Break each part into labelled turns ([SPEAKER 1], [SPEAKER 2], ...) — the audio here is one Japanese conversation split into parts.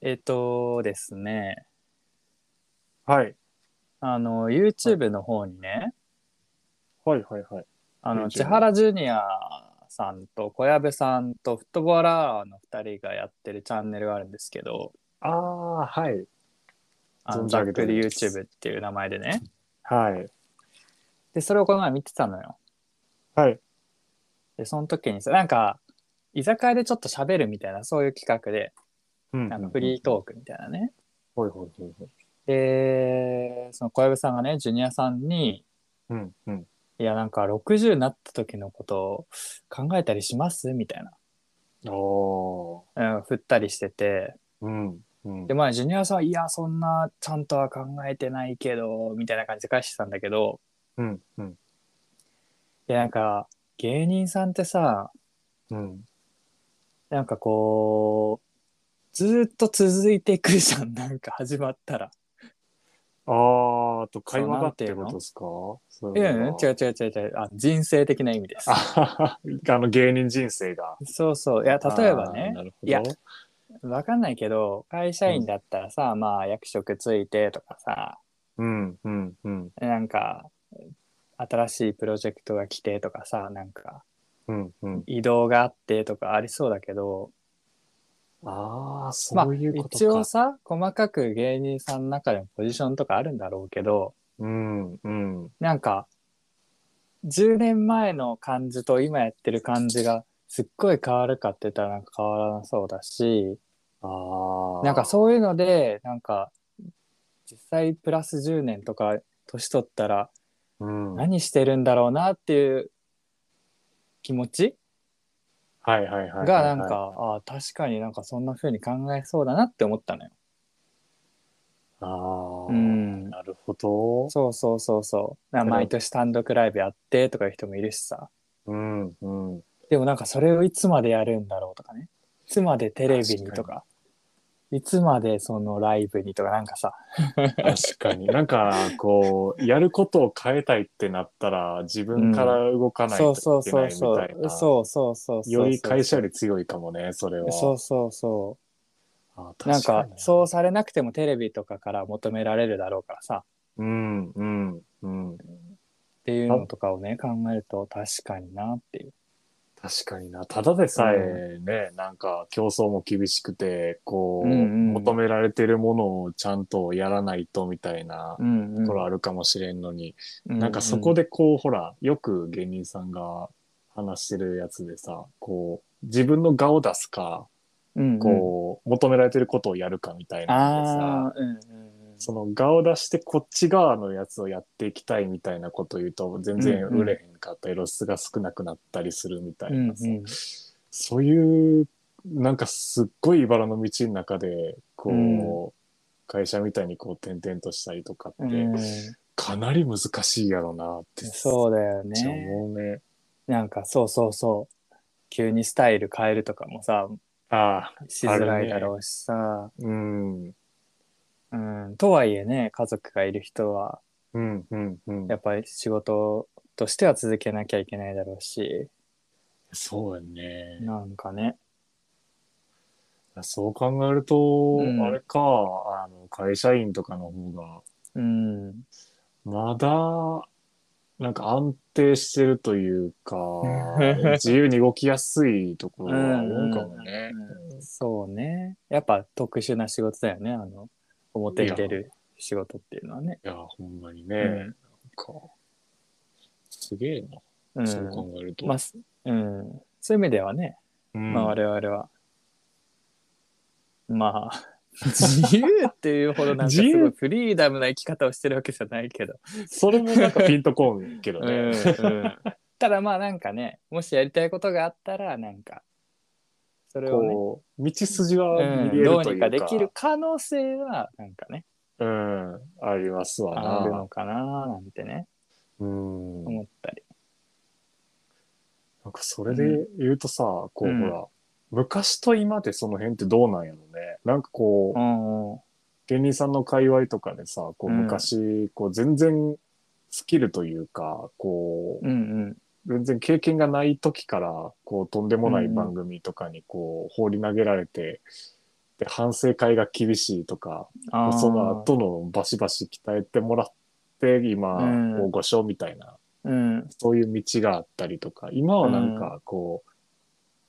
[SPEAKER 1] えっ、とですね、
[SPEAKER 2] はい。
[SPEAKER 1] あの、YouTube の方にね、
[SPEAKER 2] はいはいはい。
[SPEAKER 1] あの、
[SPEAKER 2] YouTube
[SPEAKER 1] 千原ジュニアさんと小籔さんとフットボーラーの2人がやってるチャンネルがあるんですけど、
[SPEAKER 2] ああー、はい。
[SPEAKER 1] あの
[SPEAKER 2] 存じ
[SPEAKER 1] ざっ
[SPEAKER 2] 上げて
[SPEAKER 1] く
[SPEAKER 2] おり
[SPEAKER 1] り
[SPEAKER 2] ます
[SPEAKER 1] YouTube っていう名前でね。
[SPEAKER 2] はい。
[SPEAKER 1] で、それをこの前見てたのよ。
[SPEAKER 2] はい。
[SPEAKER 1] で、その時にさ、なんか、居酒屋でちょっと喋るみたいな、そういう企画で、
[SPEAKER 2] うん
[SPEAKER 1] なんかフリートークみたいなね。
[SPEAKER 2] ー。はいはいはいはい。
[SPEAKER 1] で、その小籔さんがね、ジュニアさんに、
[SPEAKER 2] うんうん。
[SPEAKER 1] いや、なんか60になった時のことを考えたりしますみたい
[SPEAKER 2] おー。
[SPEAKER 1] な、うん、振ったりしてて。
[SPEAKER 2] うん。うん
[SPEAKER 1] で、まあ、ジュニアさんは、いや、そんな、ちゃんとは考えてないけど、みたいな感じで返してたんだけど、
[SPEAKER 2] うんうん
[SPEAKER 1] いや、なんか、芸人さんってさ、
[SPEAKER 2] うん。
[SPEAKER 1] なんかこう、ずーっと続いていくじゃん、 なんか始まったら。
[SPEAKER 2] ああ、と会
[SPEAKER 1] そう
[SPEAKER 2] 話
[SPEAKER 1] な
[SPEAKER 2] が
[SPEAKER 1] ん
[SPEAKER 2] って
[SPEAKER 1] い
[SPEAKER 2] て
[SPEAKER 1] うの
[SPEAKER 2] ことですかそう
[SPEAKER 1] いや、違う
[SPEAKER 2] のは
[SPEAKER 1] 違う違う違う、あ人生的な意味です。
[SPEAKER 2] ああの芸人人生が。
[SPEAKER 1] そうそう。いや、例えば
[SPEAKER 2] あー
[SPEAKER 1] ね
[SPEAKER 2] な、るほど
[SPEAKER 1] いやわかんないけど、会社員だったらさ、まあ、役職ついてとかさ、
[SPEAKER 2] うんうんうん
[SPEAKER 1] なんか、新しいプロジェクトが来てとかさ、なんか、
[SPEAKER 2] うんうん。
[SPEAKER 1] 移動があってとかありそうだけど、
[SPEAKER 2] ああ、そ
[SPEAKER 1] まあ、
[SPEAKER 2] ういうことか。
[SPEAKER 1] 一応さ、細かく芸人さんの中でもポジションとかあるんだろうけど、
[SPEAKER 2] うんうん。
[SPEAKER 1] なんか、10年前の感じと今やってる感じがすっごい変わるかって言ったらなんか変わらなそうだし、
[SPEAKER 2] ああ。
[SPEAKER 1] なんかそういうので、なんか、実際プラス10年とか年取ったら
[SPEAKER 2] う。うん。はい
[SPEAKER 1] 何してるんだろうなっていう気持ち
[SPEAKER 2] はいはいはい。
[SPEAKER 1] がなんか、。ああ、確かになんかそんな風に考えそうだなって思ったのよ。
[SPEAKER 2] あ
[SPEAKER 1] う
[SPEAKER 2] あ。
[SPEAKER 1] ん
[SPEAKER 2] なるほど。
[SPEAKER 1] そうそうそうそう。なんか毎年単独ライブやってとかいう人もいるしさ。
[SPEAKER 2] うんうん。
[SPEAKER 1] でもなんかそれをいつまでやるんだろうとかね。いつまでテレビにと
[SPEAKER 2] 確
[SPEAKER 1] か。いつまでそのライブにとかなんかさ。
[SPEAKER 2] 確かに。なんか、こう、やることを変えたいってなったら、自分から動かない
[SPEAKER 1] そ
[SPEAKER 2] と
[SPEAKER 1] うそう
[SPEAKER 2] いけな
[SPEAKER 1] そ
[SPEAKER 2] いうみたい
[SPEAKER 1] そう。
[SPEAKER 2] な。
[SPEAKER 1] そうそうそうそう。
[SPEAKER 2] より会社より強いかもね、それは。
[SPEAKER 1] そうそうそ
[SPEAKER 2] あ
[SPEAKER 1] う。なん
[SPEAKER 2] 確
[SPEAKER 1] か
[SPEAKER 2] に
[SPEAKER 1] そうされなくてもテレビとかから求められるだろうからさ。
[SPEAKER 2] うんうんうん。
[SPEAKER 1] っていうのとかをね、考えると確かになっていう。
[SPEAKER 2] 確かにな。ただでさえ
[SPEAKER 1] う
[SPEAKER 2] ね、なんか競争も厳しくて、こ
[SPEAKER 1] う
[SPEAKER 2] う、
[SPEAKER 1] んうん
[SPEAKER 2] 求められてるものをちゃんとやらないとみたいな
[SPEAKER 1] うん
[SPEAKER 2] ところあるかもしれんのに、
[SPEAKER 1] うん。
[SPEAKER 2] なんかそこ
[SPEAKER 1] で。
[SPEAKER 2] でこう、ほら、よく芸人さんが話してるやつでさ、こう、自分の顔出すか、
[SPEAKER 1] うんうん
[SPEAKER 2] こう、求められてることをやるかみたいなのでさ、
[SPEAKER 1] ああ、うんうんうん。
[SPEAKER 2] その顔出してこっち側のやつをやっていきたいみたいなことを言うと全然売れへんかったり露出が少なくなったりするみたいなさ、
[SPEAKER 1] うんうん
[SPEAKER 2] そういうなんかすっごい茨の道の中でこう、
[SPEAKER 1] う
[SPEAKER 2] 会社みたいにこう転々としたりとかって、
[SPEAKER 1] うん
[SPEAKER 2] かなり難しいやろうなって
[SPEAKER 1] そうだよ
[SPEAKER 2] めっちゃ
[SPEAKER 1] ね。
[SPEAKER 2] 思うね。
[SPEAKER 1] なんかそうそうそう。急にスタイル変えるとかもさ、
[SPEAKER 2] ああ
[SPEAKER 1] しづらいだろうしさ、
[SPEAKER 2] うん
[SPEAKER 1] うん、とはいえね家族がいる人は
[SPEAKER 2] うんうんうん
[SPEAKER 1] やっぱり仕事としては続けなきゃいけないだろうし
[SPEAKER 2] そうやね。
[SPEAKER 1] なんかね
[SPEAKER 2] そう考えると、
[SPEAKER 1] うん
[SPEAKER 2] あれかあの会社員とかの方が
[SPEAKER 1] うん
[SPEAKER 2] まだ、なんか安定してるという か、自由に動きやすいところはあるんかもね。
[SPEAKER 1] うんそうねやっぱ特殊な仕事だよねあの表に出る仕事っていうのはね、
[SPEAKER 2] いや、ほんまにね、
[SPEAKER 1] う
[SPEAKER 2] なん
[SPEAKER 1] ん
[SPEAKER 2] か、すげえ
[SPEAKER 1] う
[SPEAKER 2] な、
[SPEAKER 1] ん
[SPEAKER 2] そう考えると。
[SPEAKER 1] まあすうん、そういう意味ではね、
[SPEAKER 2] うん
[SPEAKER 1] まあ、我々はまあ自由っていうほどなんかす
[SPEAKER 2] 自
[SPEAKER 1] ご
[SPEAKER 2] 由
[SPEAKER 1] いフリーダムな生き方をしてるわけじゃないけど
[SPEAKER 2] それもなんかピンとこんけど
[SPEAKER 1] う んう
[SPEAKER 2] ね。
[SPEAKER 1] ん、ただまあなんかねもしやりたいことがあったらなんかそれをね、
[SPEAKER 2] こう、道筋は
[SPEAKER 1] うん
[SPEAKER 2] 見える
[SPEAKER 1] どう
[SPEAKER 2] とい
[SPEAKER 1] に
[SPEAKER 2] う
[SPEAKER 1] か
[SPEAKER 2] か。
[SPEAKER 1] できる可能性はなんかね
[SPEAKER 2] うん、ありますわ
[SPEAKER 1] ある
[SPEAKER 2] な
[SPEAKER 1] の。かななんてね
[SPEAKER 2] うん。
[SPEAKER 1] 思ったり
[SPEAKER 2] なんかそれで言うとさ、こう、
[SPEAKER 1] うん
[SPEAKER 2] ほら、昔と今でその辺ってどうなんやろね。なんかこう、
[SPEAKER 1] うんうん
[SPEAKER 2] 芸人さんの界隈とかでさ、こう
[SPEAKER 1] うん
[SPEAKER 2] 昔、こう全然スキルというか、こ
[SPEAKER 1] う
[SPEAKER 2] う、
[SPEAKER 1] ん
[SPEAKER 2] 全然経験がない時から、こうとんでもない番組とかにこう放り投げられて、って反省会が厳しいとか、
[SPEAKER 1] あー
[SPEAKER 2] その後のバシバシ鍛えてもらって、今、
[SPEAKER 1] うん
[SPEAKER 2] 大御所みたいな、
[SPEAKER 1] うん。
[SPEAKER 2] そういう道があったりとか、今はなんかこ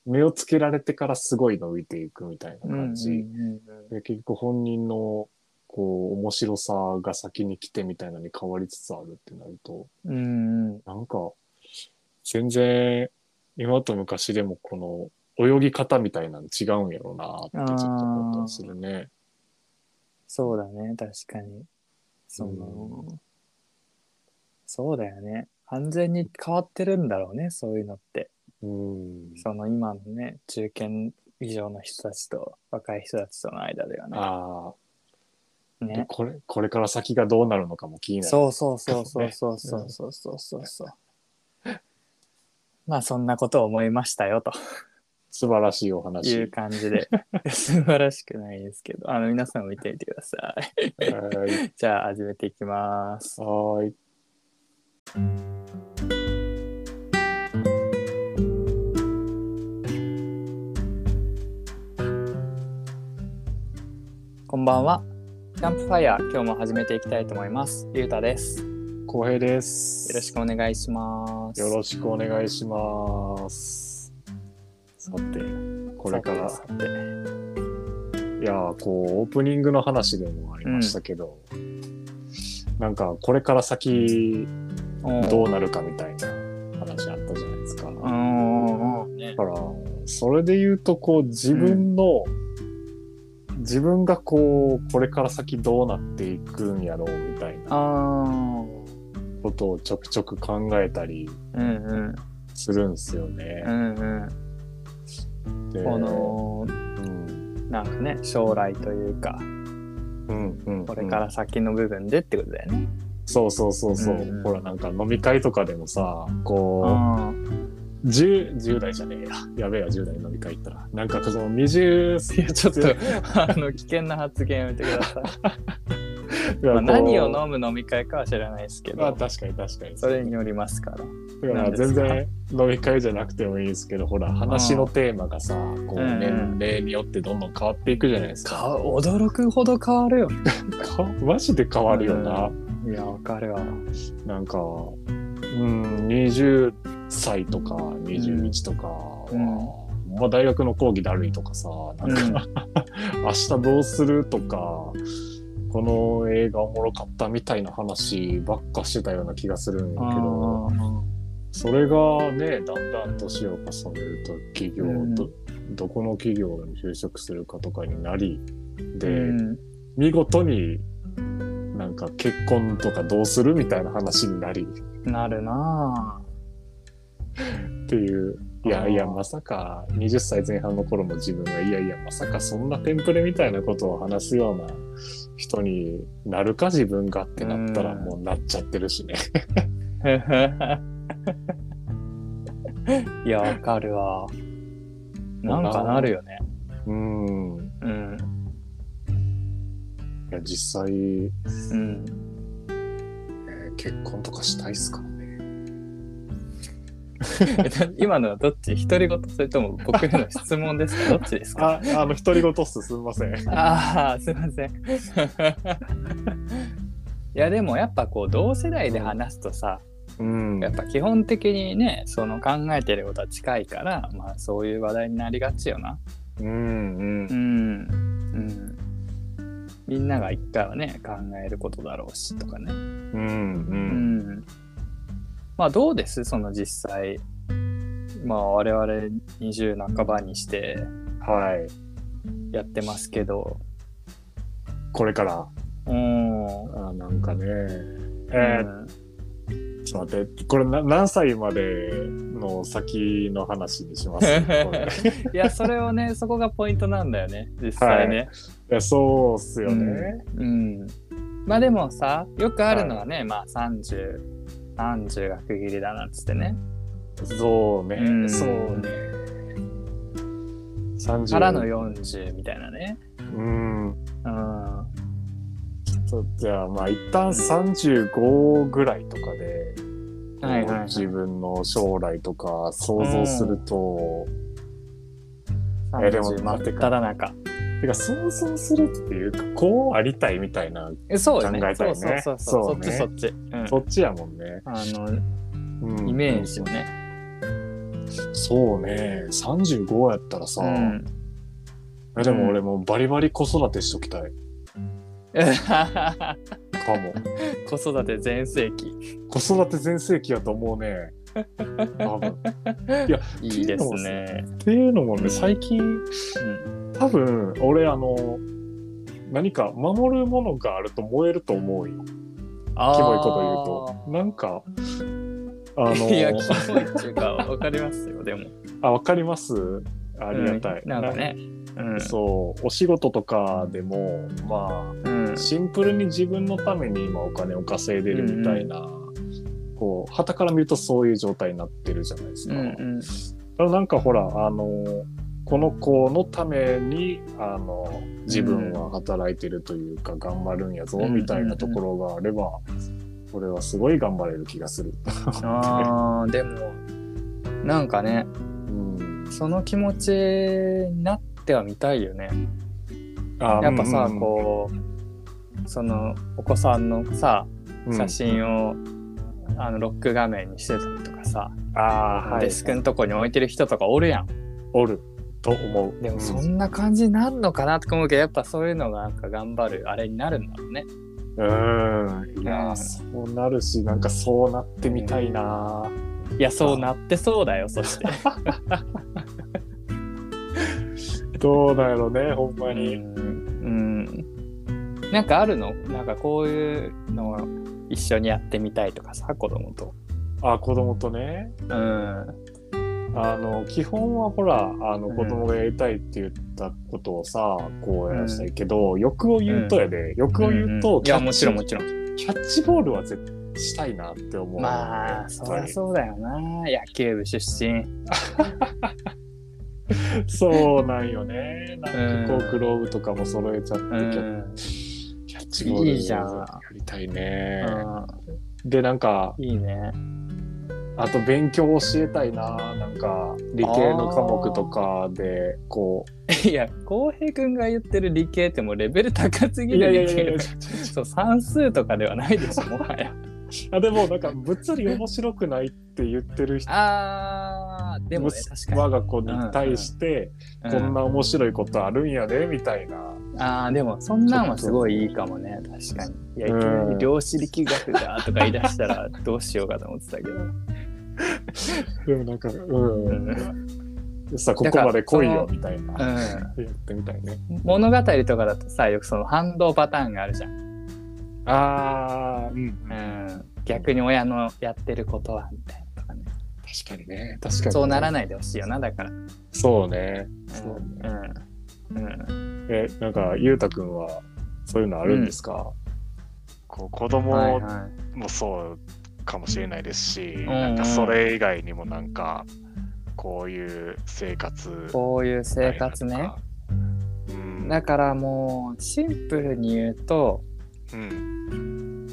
[SPEAKER 2] う、目をつけられてからすごい伸びていくみたいな感じ。
[SPEAKER 1] うんうんうん
[SPEAKER 2] で結局本人のこう面白さが先に来てみたいなのに変わりつつあるってなると
[SPEAKER 1] うんうん。
[SPEAKER 2] なんか全然今と昔でもこの泳ぎ方みたいなの違うんやろうなってちょっと思ったりするね。
[SPEAKER 1] そうだね、確かに。その、そうだよね。完全に変わってるんだろうね、そういうのって。
[SPEAKER 2] うん、
[SPEAKER 1] その今のね、中堅以上の人たちと若い人たちとの間ではね。
[SPEAKER 2] ああ、で
[SPEAKER 1] ね
[SPEAKER 2] これこれから先がどうなるのかも気になる。
[SPEAKER 1] そうそうそうそうそうそうそうそうそうそう。まあそんなことを思いましたよと
[SPEAKER 2] 素晴らしいお
[SPEAKER 1] い
[SPEAKER 2] 話
[SPEAKER 1] う。感じ で素晴らしくないですけどあの皆さんも見てみてください。
[SPEAKER 2] はい
[SPEAKER 1] じゃあ始めていきます。
[SPEAKER 2] はーい。
[SPEAKER 1] こんばんは。キャンプファイヤー今日も始めていきたいと思います。ゆうたです。よ
[SPEAKER 2] 浩平です。
[SPEAKER 1] ろしくお願いします。
[SPEAKER 2] よろしくお願いします。さて、これから、
[SPEAKER 1] さてさて
[SPEAKER 2] いやー、こう、オープニングの話でもありましたけど、なんか、これから先
[SPEAKER 1] おう
[SPEAKER 2] どうなるかみたいな話あったじゃないですか。
[SPEAKER 1] う
[SPEAKER 2] だ
[SPEAKER 1] んうんうんね
[SPEAKER 2] から、それで言うと、こう、自分の、自分がこう、これから先どうなっていくんやろうみたいな
[SPEAKER 1] あ
[SPEAKER 2] ことをちょくちょく考えたり
[SPEAKER 1] ーうんうん
[SPEAKER 2] するんですよね
[SPEAKER 1] う。んうん。
[SPEAKER 2] で
[SPEAKER 1] この
[SPEAKER 2] うん、
[SPEAKER 1] なんかね将来というか
[SPEAKER 2] うん、うん。
[SPEAKER 1] これから先の部分でってことだよね。
[SPEAKER 2] そうそうそうそう、
[SPEAKER 1] うんうん
[SPEAKER 2] ほらなんか飲み会とかでもさ
[SPEAKER 1] う
[SPEAKER 2] こ
[SPEAKER 1] んうん
[SPEAKER 2] う 10, 10代じゃねえややべえや10代飲み会行ったらなんかその20
[SPEAKER 1] いや ちょっとあの危険な発言やめてくだ さい。まあ、何を飲む飲み会かは知らないですけ
[SPEAKER 2] むまあ
[SPEAKER 1] ど
[SPEAKER 2] 確かに確かに
[SPEAKER 1] それによりますから。
[SPEAKER 2] だから全然飲み会じゃなくてもいいですけどほら話のテーマがさこう
[SPEAKER 1] うんうん
[SPEAKER 2] 年齢によってどんどん変わっていくじゃないですか、
[SPEAKER 1] か驚くほど変わるよ。
[SPEAKER 2] かマジで変わるよな、
[SPEAKER 1] いやわかるわ。
[SPEAKER 2] なんかうん20歳とか21とかは、
[SPEAKER 1] うん
[SPEAKER 2] まあ、大学の講義だるいとかさなんか、明日どうするとかこの映画おもろかったみたいな話ばっかしてたような気がするんやけどそれがねだんだん年を重ねると企業ど,、どこの企業に就職するかとかになりで、
[SPEAKER 1] うん
[SPEAKER 2] 見事になんか結婚とかどうするみたいな話になり
[SPEAKER 1] なるな
[SPEAKER 2] っていう。い
[SPEAKER 1] あ
[SPEAKER 2] や
[SPEAKER 1] ー
[SPEAKER 2] いや、まさか、20歳前半の頃も自分が、いやいや、まさかそんなテンプレみたいなことを話すような人になるか、自分がってなったら、
[SPEAKER 1] うん
[SPEAKER 2] もうなっちゃってるしね。
[SPEAKER 1] ぁ。 いやわかるわ。なんかなるよね。
[SPEAKER 2] うん。
[SPEAKER 1] うん
[SPEAKER 2] いや、実際、え
[SPEAKER 1] うん。
[SPEAKER 2] ー結婚とかしたいっすからね。
[SPEAKER 1] 今のはどっち独り言それとも僕への質問ですかどっちですか
[SPEAKER 2] あ、あの、独り言っす、すみません。
[SPEAKER 1] ああすいませんい やでもやっぱこう同世代で話すとさ
[SPEAKER 2] うん。
[SPEAKER 1] やっぱ基本的にねその考えてることは近いからまあそういう話題になりがちよな
[SPEAKER 2] うん、うん
[SPEAKER 1] う。んうんみんなが一回はね考えることだろうしとかね
[SPEAKER 2] うん、う。
[SPEAKER 1] うんんまあどうですその実際まあ我々20半ばにして
[SPEAKER 2] はい。
[SPEAKER 1] やってますけど
[SPEAKER 2] これから、
[SPEAKER 1] うん
[SPEAKER 2] あなんかね、えーちょっと待って、これな何歳までの先の話にし ますこれ
[SPEAKER 1] いやそれをね そこがポイントなんだよね実際ね、
[SPEAKER 2] いやそうっすよね。
[SPEAKER 1] うんまあでもさよくあるのはね、まあ3030が区切りだなっつってね
[SPEAKER 2] そうね、
[SPEAKER 1] うん
[SPEAKER 2] そうね。30
[SPEAKER 1] からの40みたいなね
[SPEAKER 2] うん。
[SPEAKER 1] うん
[SPEAKER 2] そうじゃあまあ一旦35ぐらいとかで、
[SPEAKER 1] はいはいはい
[SPEAKER 2] 自分の将来とか想像すると、えでも
[SPEAKER 1] 30
[SPEAKER 2] 待って
[SPEAKER 1] 真っただ中
[SPEAKER 2] てか想像するっていうかこうありたいみたいな
[SPEAKER 1] えそうよね
[SPEAKER 2] 考えたいね
[SPEAKER 1] そうそうそうそう
[SPEAKER 2] そ
[SPEAKER 1] そうっ
[SPEAKER 2] ね
[SPEAKER 1] ちそっち、うん、
[SPEAKER 2] そっちやもんね、
[SPEAKER 1] あの
[SPEAKER 2] うん
[SPEAKER 1] イメージをね、
[SPEAKER 2] そうね35やったらさ、
[SPEAKER 1] うん、
[SPEAKER 2] えでも俺もうバリバリ子育てしときたいかも
[SPEAKER 1] 子育て全盛期
[SPEAKER 2] 子育て全盛期やと思う ね多分
[SPEAKER 1] いいですね
[SPEAKER 2] っていうのも
[SPEAKER 1] う
[SPEAKER 2] ね
[SPEAKER 1] ん
[SPEAKER 2] 最近、多分俺あの何か守るものがあると燃えると思うよキモいこと言うとな んかあの
[SPEAKER 1] いやキモいっていうかわかりますよでも
[SPEAKER 2] あわかりますありがたい、
[SPEAKER 1] うんなんかねうん
[SPEAKER 2] そうお仕事とかでもま
[SPEAKER 1] うん
[SPEAKER 2] あシンプルに自分のために今お金を稼いでるみたいな、こう傍から見るとそういう状態になってるじゃないです
[SPEAKER 1] う
[SPEAKER 2] か。
[SPEAKER 1] んうん
[SPEAKER 2] ただなんかほらあのこの子のためにあの自分は働いてるというか、頑張るんやぞ
[SPEAKER 1] うん
[SPEAKER 2] みたいなところがあれば、俺はすごい頑張れる気がする。
[SPEAKER 1] あーでもなんかね
[SPEAKER 2] うん、
[SPEAKER 1] その気持ちになってはみたいよね
[SPEAKER 2] あ
[SPEAKER 1] やっぱさ、
[SPEAKER 2] うん
[SPEAKER 1] こうそのお子さんのさ
[SPEAKER 2] うん
[SPEAKER 1] 写真を、あのロック画面にしてたりとかさ、
[SPEAKER 2] あーはい
[SPEAKER 1] デスクのとこに置いてる人とかおるやん
[SPEAKER 2] おると思う。
[SPEAKER 1] でもそ
[SPEAKER 2] うん
[SPEAKER 1] な感じになるのかなとか思うけどやっぱそういうのがなんか頑張るあれになるんだろうね
[SPEAKER 2] うんいや
[SPEAKER 1] う
[SPEAKER 2] ー
[SPEAKER 1] ん
[SPEAKER 2] そうなるしなんかそうなってみたいな。
[SPEAKER 1] いやそうなってそうだよそして
[SPEAKER 2] どうだろうねほんま
[SPEAKER 1] う
[SPEAKER 2] に。
[SPEAKER 1] んなんかあるのなんかこういうのを一緒にやってみたいとかさ子供と
[SPEAKER 2] あ子供とね
[SPEAKER 1] うん
[SPEAKER 2] あの基本はほらあの
[SPEAKER 1] うん
[SPEAKER 2] 子供がやりたいって言ったことをさ、こうやらしたいけど、欲を言うとやで、欲を言うと
[SPEAKER 1] い
[SPEAKER 2] キャ
[SPEAKER 1] や
[SPEAKER 2] ッチ、
[SPEAKER 1] もちろんもちろん
[SPEAKER 2] キャッチボールは絶対したいなって思う、
[SPEAKER 1] まあそり
[SPEAKER 2] やっぱ
[SPEAKER 1] ゃ
[SPEAKER 2] り
[SPEAKER 1] そうだよな野球部出身
[SPEAKER 2] そうなんよねなんかこ
[SPEAKER 1] う
[SPEAKER 2] うんグローブとかも揃えちゃって、
[SPEAKER 1] うん
[SPEAKER 2] キャキャッチボール
[SPEAKER 1] いいじゃん
[SPEAKER 2] やりたいね、
[SPEAKER 1] う
[SPEAKER 2] でなんか
[SPEAKER 1] んいいね
[SPEAKER 2] あと勉強教えたいななんか理系の科目とかでこう
[SPEAKER 1] いや浩平君が言ってる理系ってもうレベル高すぎ
[SPEAKER 2] いや
[SPEAKER 1] る
[SPEAKER 2] いやい
[SPEAKER 1] 理
[SPEAKER 2] や
[SPEAKER 1] 系
[SPEAKER 2] いや
[SPEAKER 1] だからそう算数とかではないでしょもはや
[SPEAKER 2] あでもなんか物理面白くないって言ってる 人
[SPEAKER 1] あーでもね確か
[SPEAKER 2] 我が子に対して、
[SPEAKER 1] に
[SPEAKER 2] こんな面白いことあるんやで、みたいな。
[SPEAKER 1] うんあーでもそんなんはすごいいいかもね確かにいやいきなり量子力学だとか言い出したらどうし ようかと思ってたけど
[SPEAKER 2] でもなんか、う。
[SPEAKER 1] うん
[SPEAKER 2] さここまで来いよ、みたいな。
[SPEAKER 1] う
[SPEAKER 2] やってみたいね。
[SPEAKER 1] ん物語とかだとさよくその反動パターンがあるじゃん、
[SPEAKER 2] ああ、うん。
[SPEAKER 1] うん、逆に親のやってることはみたいなとかね
[SPEAKER 2] 確かにね。確かに。
[SPEAKER 1] そうなら
[SPEAKER 2] い。
[SPEAKER 1] ないでほしいよなだから
[SPEAKER 2] そうね。
[SPEAKER 1] そう
[SPEAKER 2] ね
[SPEAKER 1] うんうん
[SPEAKER 2] え、なんか、ゆうたくんは、そういうのあるんですか、
[SPEAKER 3] こう子
[SPEAKER 1] はい
[SPEAKER 3] 供
[SPEAKER 1] はい
[SPEAKER 3] もそうかもしれないですし、
[SPEAKER 1] ん
[SPEAKER 3] なんかそれ以外にもなんかこういう生活
[SPEAKER 1] こういう生活ね。
[SPEAKER 3] うん、
[SPEAKER 1] だからもうシンプルに言うと
[SPEAKER 3] うん、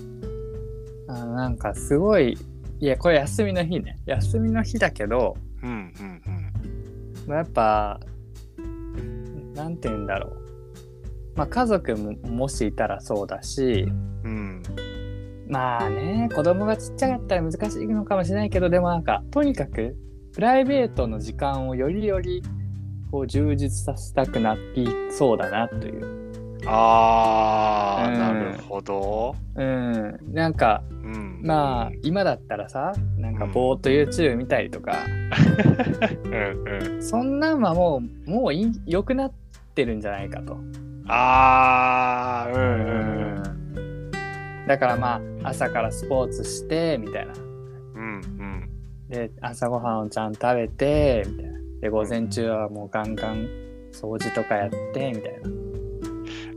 [SPEAKER 1] あのなんかすごいいやこれ休みの日ね休みの日だけど
[SPEAKER 3] うんうんうん
[SPEAKER 1] まあやっぱなんて言うんだろうまあ家族ももしいたらそうだし
[SPEAKER 3] うん
[SPEAKER 1] まあね子供がちっちゃかったら難しいのかもしれないけどでもなんかとにかくプライベートの時間をよりよりこう充実させたくなっていそうだなという。
[SPEAKER 3] あー、
[SPEAKER 1] うん
[SPEAKER 3] なるほど、
[SPEAKER 1] うん、なんか
[SPEAKER 3] うん、
[SPEAKER 1] まあ今だったらさなんかぼーっと YouTube 見たりとか、
[SPEAKER 3] うんうん
[SPEAKER 1] そんなんはもうもういい良くなってるんじゃないかと、
[SPEAKER 3] あーうんうん
[SPEAKER 1] だからまあ朝からスポーツしてみたいな
[SPEAKER 3] うんうん
[SPEAKER 1] で朝ごはんをちゃんと食べてみたいなで午前中はもうガンガン掃除とかやってみたいな
[SPEAKER 3] うん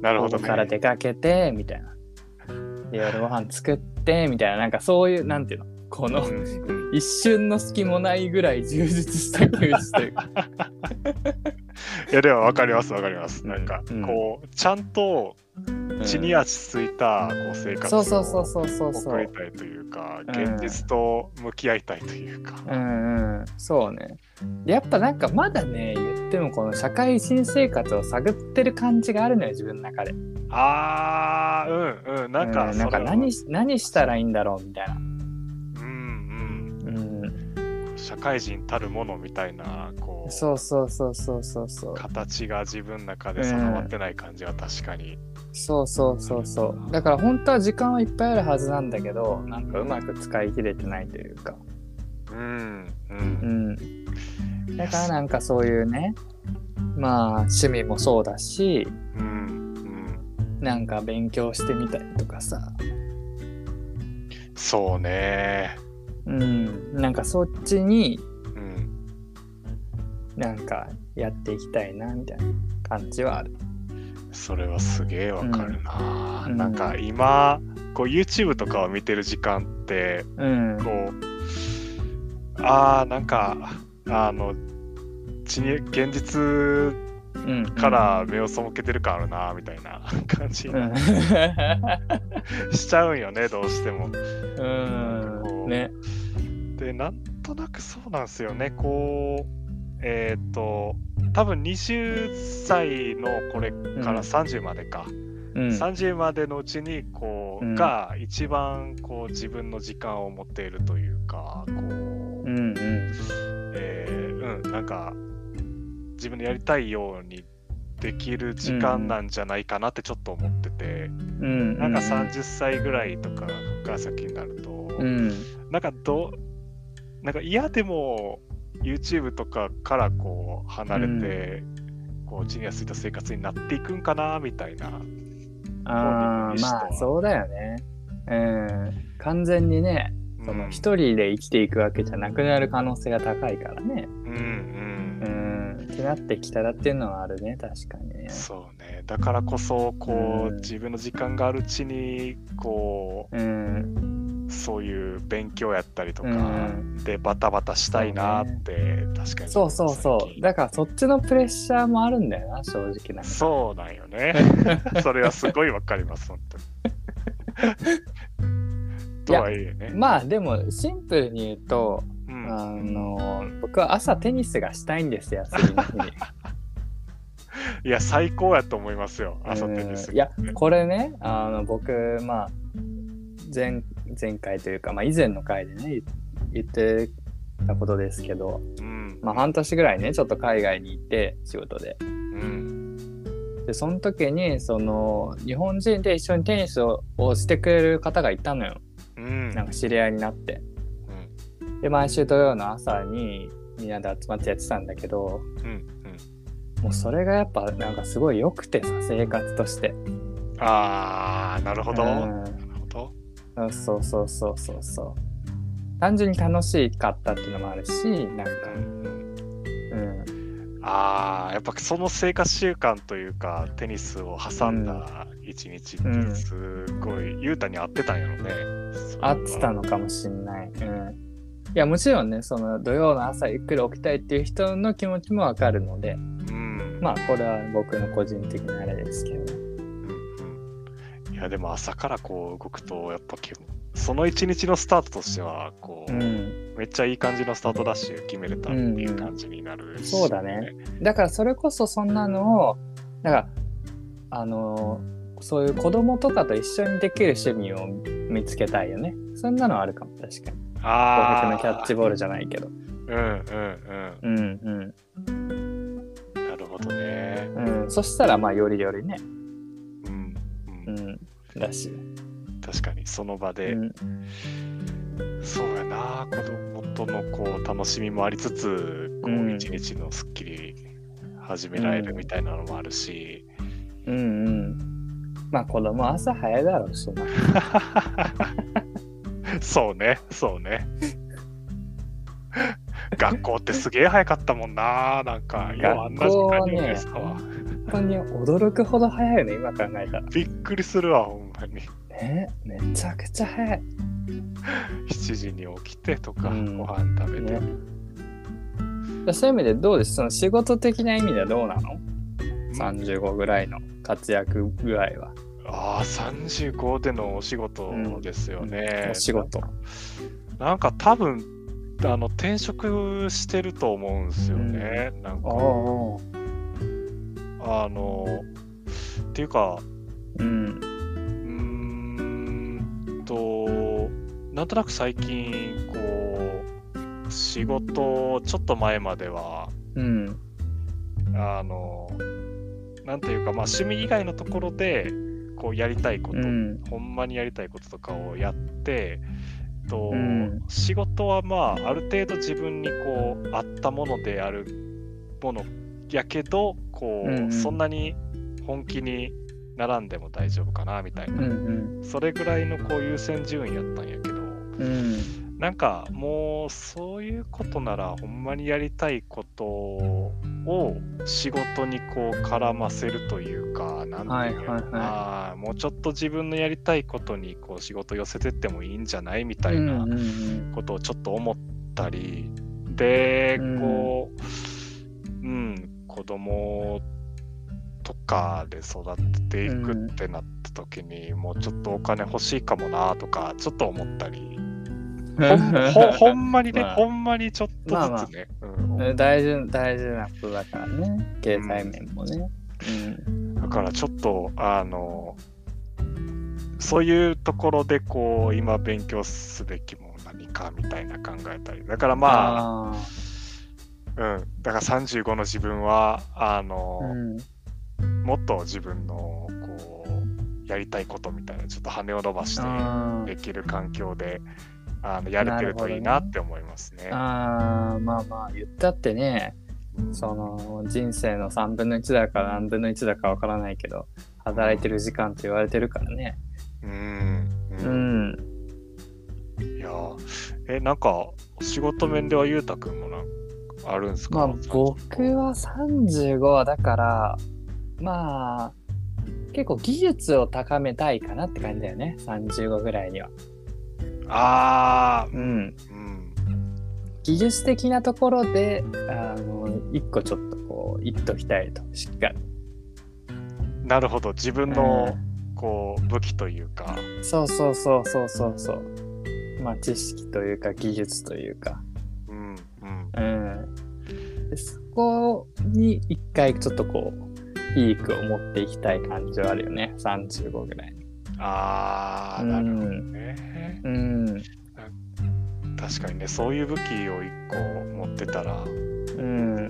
[SPEAKER 3] なるほど
[SPEAKER 1] ここから
[SPEAKER 3] ね
[SPEAKER 1] 出かけてみたいなで夜ご飯作ってみたいななんかそういうなんていうのこの
[SPEAKER 3] うんうん
[SPEAKER 1] 一瞬の隙もないぐらい充実した休日というか
[SPEAKER 3] いやでも分かります分かります、なんか
[SPEAKER 1] うん
[SPEAKER 3] こうちゃんと
[SPEAKER 1] うん
[SPEAKER 2] 地に足ついたこう生活
[SPEAKER 1] そ
[SPEAKER 2] を
[SPEAKER 1] うそうそうそうそうそ
[SPEAKER 2] 送り
[SPEAKER 1] う。
[SPEAKER 2] たいというか、
[SPEAKER 1] うん
[SPEAKER 2] 現実と向き合いたいというか、
[SPEAKER 1] うんうん、そうね。やっぱなんかまだね、言ってもこの社会新生活を探ってる感じがあるのよ、自分の中で。
[SPEAKER 2] ああうんうんなんか
[SPEAKER 1] う
[SPEAKER 2] そ
[SPEAKER 1] な
[SPEAKER 2] れ
[SPEAKER 1] んか
[SPEAKER 2] は
[SPEAKER 1] 何し何したらいいんだろうみたいな。
[SPEAKER 2] うん
[SPEAKER 1] うん、
[SPEAKER 2] うん社会人たるものみたいなこう
[SPEAKER 1] そうそうそうそうそうそう。
[SPEAKER 2] 形が自分の中で定まってない感じは確かに、
[SPEAKER 1] そうそうそうそう。だから本当は時間はいっぱいあるはずなんだけど、なんかうまく使い切れてないというか。
[SPEAKER 2] うんう
[SPEAKER 1] うんん。だからなんかそういうね、まあ趣味もそうだし、
[SPEAKER 2] うんうん
[SPEAKER 1] なんか勉強してみたりとかさ、
[SPEAKER 2] そうね
[SPEAKER 1] うん、なんかそっちに
[SPEAKER 2] うん
[SPEAKER 1] なんかやっていきたいなみたいな感じはある。
[SPEAKER 2] それはすげえわかるな、
[SPEAKER 1] うん
[SPEAKER 2] なんか今こう YouTube とかを見てる時間って
[SPEAKER 1] うん。
[SPEAKER 2] こうあーなんかあの地に現実
[SPEAKER 1] うん、
[SPEAKER 2] から目を背けてる感あるなみたいな 感じ
[SPEAKER 1] うん。
[SPEAKER 2] しちゃうんよねどうしても。
[SPEAKER 1] うん。 ね。
[SPEAKER 2] でなんとなくそうなんですよねこうえっ、と多分20歳のこれから30までか、
[SPEAKER 1] うん。
[SPEAKER 2] 30までのうちにこう、
[SPEAKER 1] うん
[SPEAKER 2] が一番こう自分の時間を持っているというかこ
[SPEAKER 1] う
[SPEAKER 2] う、
[SPEAKER 1] んうん。
[SPEAKER 2] えーうん、なんか自分のやりたいようにできる時間なんじゃないかなってちょっと思ってて、
[SPEAKER 1] うん。
[SPEAKER 2] なんか30歳ぐらいとかが先になると、
[SPEAKER 1] うん。
[SPEAKER 2] なんかどなんか嫌でも YouTube とかからこう離れて、こう地に足ついた生活になっていくんかなみたいな
[SPEAKER 1] ああ、まあそうだよね。うん。完全にね、その一人で生きていくわけじゃなくなる可能性が高いからね。
[SPEAKER 2] うんうん
[SPEAKER 1] う、ん。ってなってきたらっていうのはあるね、確かにね。
[SPEAKER 2] そうねだからこそこう、
[SPEAKER 1] うん
[SPEAKER 2] 自分の時間があるうちにこ
[SPEAKER 1] うん。
[SPEAKER 2] うそういう勉強やったりとか、
[SPEAKER 1] うん
[SPEAKER 2] でバタバタしたいなって、確かに
[SPEAKER 1] そうそうそ
[SPEAKER 2] 最
[SPEAKER 1] う。
[SPEAKER 2] 近
[SPEAKER 1] だからそっちのプレッシャーもあるんだよな、正直なんか。
[SPEAKER 2] そうなん よねそれはすごいわかります本当にとはいえね
[SPEAKER 1] まあでもシンプルに言うと、
[SPEAKER 2] うん
[SPEAKER 1] あの僕は朝テニスがしたいんですよ休みの日に
[SPEAKER 2] いや、最高やと思いますよ、朝テニス。
[SPEAKER 1] うんいやこれねあの僕まあ前前回というか、まあ、以前の回でね言言ってたことですけど、
[SPEAKER 2] うん、
[SPEAKER 1] まあ、半年ぐらいねちょっと海外に行って仕事で
[SPEAKER 2] うん、
[SPEAKER 1] でその時にその日本人で一緒にテニスををしてくれる方がいたのよ
[SPEAKER 2] うん、
[SPEAKER 1] なんか知り合いになって
[SPEAKER 2] うん、
[SPEAKER 1] で毎週土曜の朝にみんなで集まってやってたんだけど
[SPEAKER 2] うん、
[SPEAKER 1] もうそれがやっぱなんかすごい良くてさ生活として。
[SPEAKER 2] うん。ああ、なるほど。なるほど。
[SPEAKER 1] うん、そうそうそうそうそう。単純に楽しかったっていうのもあるしなんか、
[SPEAKER 2] うん、
[SPEAKER 1] うん、
[SPEAKER 2] ああ、やっぱその生活習慣というか、テニスを挟んだ一日って、すごい、ゆうたに合ってたんやろね。
[SPEAKER 1] 合ってたのかもしんない。うんいやもちろんねその土曜の朝ゆっくり起きたいっていう人の気持ちもわかるので
[SPEAKER 2] うん、
[SPEAKER 1] まあこれは僕の個人的なあれですけどね
[SPEAKER 2] うん、うん。いや、でも朝からこう動くと、やっぱ気分その一日のスタートとしては、こう、
[SPEAKER 1] うん
[SPEAKER 2] めっちゃいい感じのスタートダッシュ決めれたっていう感じになる、
[SPEAKER 1] んそうだね。だからそれこそそんなのをだからあのーそういう子供とかと一緒にできる趣味を見つけたいよねそんなのはあるかも確かに
[SPEAKER 2] ああ。
[SPEAKER 1] 僕のキャッチボールじゃないけど
[SPEAKER 2] うんうん
[SPEAKER 1] うんうん
[SPEAKER 2] うん。なるほどね。
[SPEAKER 1] うん、そしたらまあよりよりね、
[SPEAKER 2] うん、う、
[SPEAKER 1] うんん、だし、
[SPEAKER 2] 確かにその場
[SPEAKER 1] う
[SPEAKER 2] で、
[SPEAKER 1] ん、
[SPEAKER 2] そうやな、子供とのこう楽しみもありつつ、こ
[SPEAKER 1] う
[SPEAKER 2] うん一日のすっきり始められるみたいなのもあ るし、
[SPEAKER 1] うんうんまあ子供朝早いだろうしな
[SPEAKER 2] そうね、そうね。学校ってすげえ早かったもんな、なんか、ようあんな時間に起きてたわ。
[SPEAKER 1] 本当に驚くほど早いよね今考えたら
[SPEAKER 2] びっくりするわ、ほんまに。
[SPEAKER 1] ねめちゃくちゃ早い
[SPEAKER 2] 7時に起きてとか、
[SPEAKER 1] うん
[SPEAKER 2] ご飯食べて、
[SPEAKER 1] ねそういう意味でどうですその仕事的な意味ではどうなの
[SPEAKER 2] うん
[SPEAKER 1] ?35 ぐらいの活躍具合は
[SPEAKER 2] ああ、35でのお仕事ですよね。
[SPEAKER 1] お仕事。
[SPEAKER 2] なんか多分、あの転職してると思うんですよね。なん
[SPEAKER 1] あ
[SPEAKER 2] か、
[SPEAKER 1] あ。
[SPEAKER 2] あの、っていうか、
[SPEAKER 1] うん。
[SPEAKER 2] うーんと、なんとなく最近、こう、仕事、ちょっと前までは、
[SPEAKER 1] うん。
[SPEAKER 2] あの、なんていうか、まあ、趣味以外のところで、こう、やりたいこと、
[SPEAKER 1] うん。
[SPEAKER 2] ほんまにやりたいこととかをやって、と
[SPEAKER 1] うん
[SPEAKER 2] 仕事はまあ、ある程度自分にこう、あったものであるものやけど、こう、
[SPEAKER 1] うんうん
[SPEAKER 2] そんなに本気に並んでも大丈夫かな、みたいな。
[SPEAKER 1] うん。
[SPEAKER 2] それぐらいのこう優先順位やったんやけど
[SPEAKER 1] うん。
[SPEAKER 2] なんかもうそういうことならほんまにやりたいことを仕事にこう絡ませるというかなんていうの
[SPEAKER 1] はいはいはい
[SPEAKER 2] あーもうちょっと自分のやりたいことにこう仕事寄せてってもいいんじゃないみたいな
[SPEAKER 1] うんうん
[SPEAKER 2] ことをちょっと思ったりで
[SPEAKER 1] うん
[SPEAKER 2] こううん子供とかで育っていくってなった時にもうちょっとお金欲しいかもなとかちょっと思ったりほん ほんほんまにね
[SPEAKER 1] まあ
[SPEAKER 2] ほんまにちょっと
[SPEAKER 1] まあま
[SPEAKER 2] ず
[SPEAKER 1] あ
[SPEAKER 2] つねうん
[SPEAKER 1] 大事大事なことだからね経済面もね、
[SPEAKER 2] だからちょっとあのそういうところでこう今勉強すべきも何かみたいな考えたりだからまあ
[SPEAKER 1] あ
[SPEAKER 2] うん、だから35の自分はあ
[SPEAKER 1] あ
[SPEAKER 2] の、
[SPEAKER 1] うん
[SPEAKER 2] もっと自分のこうやりたいことみたいなちょっと羽を伸ばして
[SPEAKER 1] あ
[SPEAKER 2] できる環境であのやれてるといいなって思いますね。
[SPEAKER 1] ーあーまあまあ言ったってねその人生の3分の1だか何分の1だかわからないけど働いてる時間って言われてるからね
[SPEAKER 2] うん、
[SPEAKER 1] う
[SPEAKER 2] うん
[SPEAKER 1] ん
[SPEAKER 2] いやえなんか仕事面ではゆうたくんもなんかあるんですか
[SPEAKER 1] まあ僕は35はだからまあ結構技術を高めたいかなって感じだよね35ぐらいには
[SPEAKER 2] ああ
[SPEAKER 1] うん
[SPEAKER 2] うん
[SPEAKER 1] 技術的なところであの一個ちょっとこういっときたいとしっかり
[SPEAKER 2] なるほど自分の、こう武器というか
[SPEAKER 1] そうそうそうそうそうそうまあ知識というか技術というか
[SPEAKER 2] うんうん
[SPEAKER 1] うんでそこに一回ちょっとこうピークを持っていきたい感じはあるよね35ぐらい
[SPEAKER 2] ああなるほどね。
[SPEAKER 1] うん
[SPEAKER 2] 確かにねそういう武器を1個持ってたら
[SPEAKER 1] うん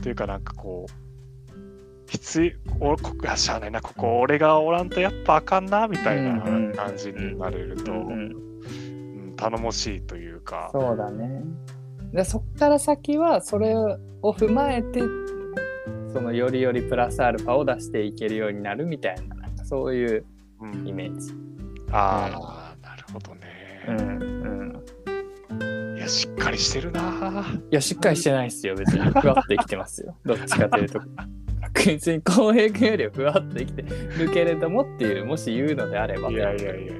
[SPEAKER 2] というかなんかこう必要おここあしゃあないなここ俺がおらんとやっぱあかんなみたいな
[SPEAKER 1] うん
[SPEAKER 2] 感じになれると、
[SPEAKER 1] うん
[SPEAKER 2] うん頼もしいというか
[SPEAKER 1] そうだねでそっから先はそれを踏まえてそのよりよりプラスアルファを出していけるようになるみたいななんかそういう
[SPEAKER 2] う、
[SPEAKER 1] イ
[SPEAKER 2] ん、
[SPEAKER 1] メージ。
[SPEAKER 2] ああなるほど
[SPEAKER 1] う
[SPEAKER 2] ね、
[SPEAKER 1] んうん、
[SPEAKER 2] いやしっかりしてるない
[SPEAKER 1] やしっかりしてないですよ別 にふわっと生きてますよどっちかというと別に浩平君よりはふわっと生きてるけれどもっていうもし言うのであれば
[SPEAKER 2] いやいやいや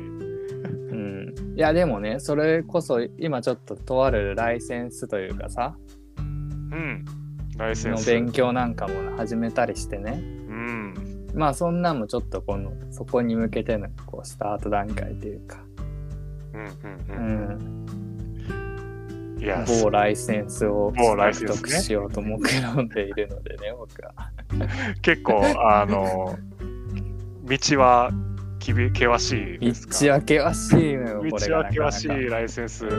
[SPEAKER 1] うん、いやでもねそれこそ今ちょっととあるライセンスというかさ
[SPEAKER 2] うんライセン
[SPEAKER 1] の
[SPEAKER 2] ス
[SPEAKER 1] 勉強なんかも始めたりしてね
[SPEAKER 2] うん
[SPEAKER 1] まあそんなんもちょっとこのそこに向けてのこうスタート段階というか、
[SPEAKER 2] うんうん
[SPEAKER 1] う
[SPEAKER 2] うん、
[SPEAKER 1] ん、
[SPEAKER 2] いや
[SPEAKER 1] 某ライセンスを
[SPEAKER 2] 某ライセンス
[SPEAKER 1] 獲
[SPEAKER 2] ね
[SPEAKER 1] 得しようと目論んでいるのでね僕は。
[SPEAKER 2] 結構あの道はきび険しいですか
[SPEAKER 1] 道は険しいのよ、これ
[SPEAKER 2] 道
[SPEAKER 1] が
[SPEAKER 2] は
[SPEAKER 1] なかな
[SPEAKER 2] 険
[SPEAKER 1] か
[SPEAKER 2] しいライセンスで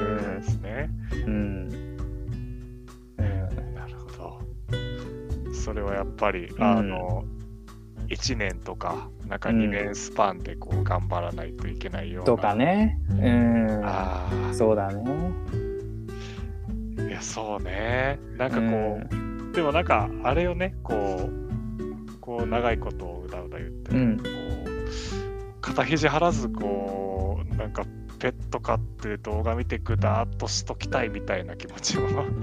[SPEAKER 2] すね。
[SPEAKER 1] うん。うん
[SPEAKER 2] なるほど。それはやっぱり、
[SPEAKER 1] ん
[SPEAKER 2] あの、1年とか、なんか
[SPEAKER 1] うん
[SPEAKER 2] 2年スパンでこう頑張らないといけないような。
[SPEAKER 1] とかね。うん。
[SPEAKER 2] あ
[SPEAKER 1] そうだね。
[SPEAKER 2] あ、いや、そうね。なんか
[SPEAKER 1] う
[SPEAKER 2] こ
[SPEAKER 1] ん
[SPEAKER 2] う、でもなんか、あれよね、こう、こう、長いことをうだうだ言って、
[SPEAKER 1] うん
[SPEAKER 2] こう、肩肘張らず、こう、なんか、ペット飼って動画見てぐだーっとしときたいみたいな気持ちも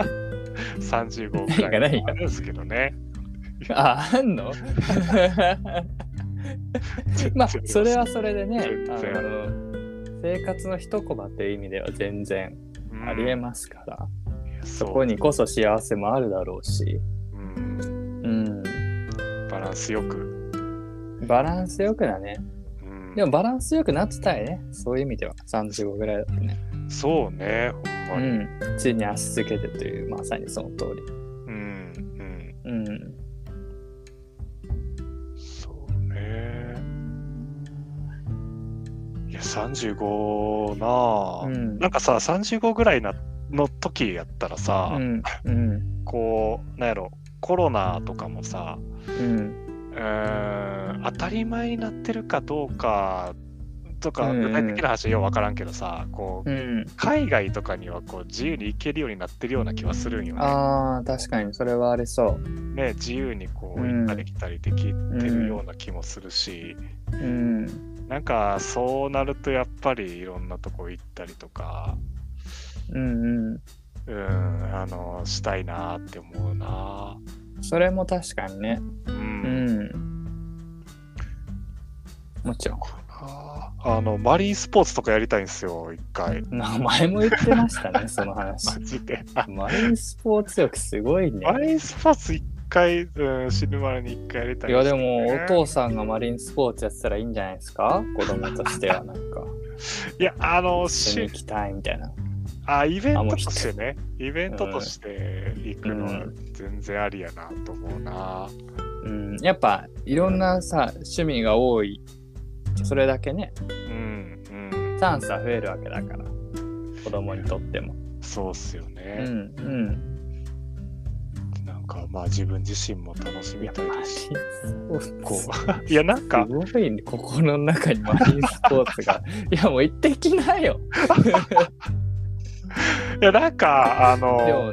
[SPEAKER 2] 35くら
[SPEAKER 1] 何が
[SPEAKER 2] い
[SPEAKER 1] 何が
[SPEAKER 2] あるんですけどね。
[SPEAKER 1] あ、あんの まあ、それはそれでね、
[SPEAKER 2] 全
[SPEAKER 1] あ
[SPEAKER 2] 然
[SPEAKER 1] の、生活の一コマという意味では全然ありえますから、そ
[SPEAKER 2] そ
[SPEAKER 1] こにこそ幸せもあるだろうし、
[SPEAKER 2] うん
[SPEAKER 1] うん。
[SPEAKER 2] バランスよく
[SPEAKER 1] うバランスよくだね。
[SPEAKER 2] うん、
[SPEAKER 1] でもバランスよくなってたいね。そういう意味では。35ぐらいだとね。
[SPEAKER 2] そうね、ほ
[SPEAKER 1] うん
[SPEAKER 2] まに。
[SPEAKER 1] ん。地に足つけてという、まさにその通り。
[SPEAKER 2] うん、
[SPEAKER 1] うん。
[SPEAKER 2] うん、そうね。いや、35なあ、
[SPEAKER 1] うん。
[SPEAKER 2] なんかさ、35ぐらいなの時やったらさ、
[SPEAKER 1] うん。うん。
[SPEAKER 2] こう、なんやろ、コロナとかもさ、
[SPEAKER 1] うん。
[SPEAKER 2] うーん当たり前になってるかどうかとか
[SPEAKER 1] うんうん
[SPEAKER 2] 具体的な話はよう分からんけどさ、こう
[SPEAKER 1] うん。
[SPEAKER 2] 海外とかにはこう自由に行けるようになってるような気はするんよね。
[SPEAKER 1] ああ、確かに、それはありそう。
[SPEAKER 2] ね自由にこう
[SPEAKER 1] うん
[SPEAKER 2] 行ったり来たりできてるような気もするし、
[SPEAKER 1] うん。
[SPEAKER 2] なんかそうなるとやっぱりいろんなとこ行ったりとか、
[SPEAKER 1] うんう
[SPEAKER 2] うん、あのしたいなって思うな。
[SPEAKER 1] ん。それも確かにね。
[SPEAKER 2] う
[SPEAKER 1] うんん。もちろん。
[SPEAKER 2] あのマリンスポーツとかやりたいんですよ、一回。
[SPEAKER 1] 名前も言ってました ね、その話。
[SPEAKER 2] マジで。
[SPEAKER 1] マリンスポーツ力すごいね。
[SPEAKER 2] マリンスポーツ一回、うん、死ぬまでに一回やりたい、
[SPEAKER 1] いやでもお父さんがマリンスポーツやってたらいいんじゃないですか子供としてはなんか
[SPEAKER 2] いや、あの、
[SPEAKER 1] 一緒に行
[SPEAKER 2] し
[SPEAKER 1] きたいみたいな。
[SPEAKER 2] あ、イベン
[SPEAKER 1] あも
[SPEAKER 2] ト
[SPEAKER 1] う
[SPEAKER 2] と
[SPEAKER 1] 一
[SPEAKER 2] し
[SPEAKER 1] つ
[SPEAKER 2] てね、イベントとして行くのは
[SPEAKER 1] う
[SPEAKER 2] 全然ありやなと思うな。
[SPEAKER 1] うん、やっぱいろんなさ趣味が多いそれだけね
[SPEAKER 2] うん、うん、
[SPEAKER 1] チャンスは増えるわけだから子供にとっても。
[SPEAKER 2] そうっすよ
[SPEAKER 1] う
[SPEAKER 2] ね。
[SPEAKER 1] んうん。
[SPEAKER 2] なんか、まあ自分自身も楽しみ
[SPEAKER 1] やったぱ
[SPEAKER 2] い
[SPEAKER 1] り
[SPEAKER 2] ですし、
[SPEAKER 1] スポー
[SPEAKER 2] こ
[SPEAKER 1] ツ
[SPEAKER 2] う、 いや、なんか、
[SPEAKER 1] すごいね心の中にマリンスポーツ が。いやもう行ってきなよ。
[SPEAKER 2] いや、なんか、あ
[SPEAKER 1] 今
[SPEAKER 2] の、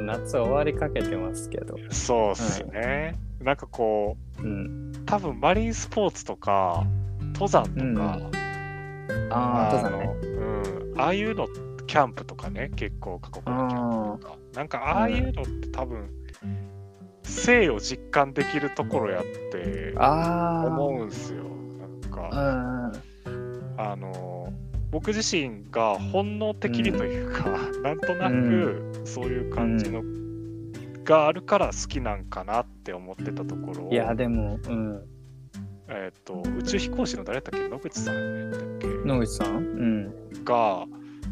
[SPEAKER 1] 日夏終わりかけてますけど。
[SPEAKER 2] そうっすね。なんかこう、
[SPEAKER 1] うん。
[SPEAKER 2] 多分マリンスポーツとか、登山とか、
[SPEAKER 1] ああ、お父さんね。
[SPEAKER 2] うん、ああいうのキャンプとかね結構過酷なキャンプとかなんかああいうのって多分性を実感できるところやって
[SPEAKER 1] ああ。
[SPEAKER 2] 思うんすよなん
[SPEAKER 1] うん
[SPEAKER 2] か
[SPEAKER 1] うん。
[SPEAKER 2] あの僕自身が本能的にというか、 なんとなくそういう感じの、があるから好きなんかなって思ってたところを
[SPEAKER 1] いやでも、うん。
[SPEAKER 2] えっと宇宙飛行士の誰だったっけ野口さんやったっけ
[SPEAKER 1] 野口さんうん。
[SPEAKER 2] が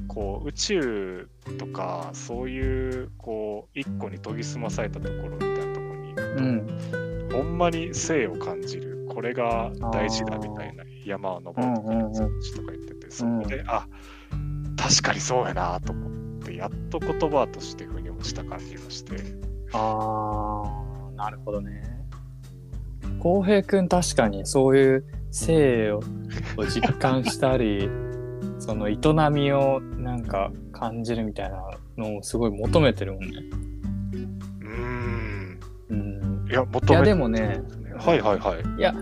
[SPEAKER 2] こう宇宙とかそういうこう一個に研ぎ澄まされたところみたいなところに行く
[SPEAKER 1] う
[SPEAKER 2] と、
[SPEAKER 1] ん。
[SPEAKER 2] ほんまに生を感じるこれが大事だみたいな山を登るとか
[SPEAKER 1] うんうんうん
[SPEAKER 2] 山地とか言っててそこで、あ確かにそうやなと思ってやっと言葉として腑に落ちた感じがして
[SPEAKER 1] ああ、なるほどね。浩平くん確かにそういう性をを実感したり、 その営みをなんか感じるみたいなのをすごい求めてるもんね。
[SPEAKER 2] うーん
[SPEAKER 1] うん。
[SPEAKER 2] いや求め
[SPEAKER 1] いやでもね
[SPEAKER 2] はいはいはい
[SPEAKER 1] いや、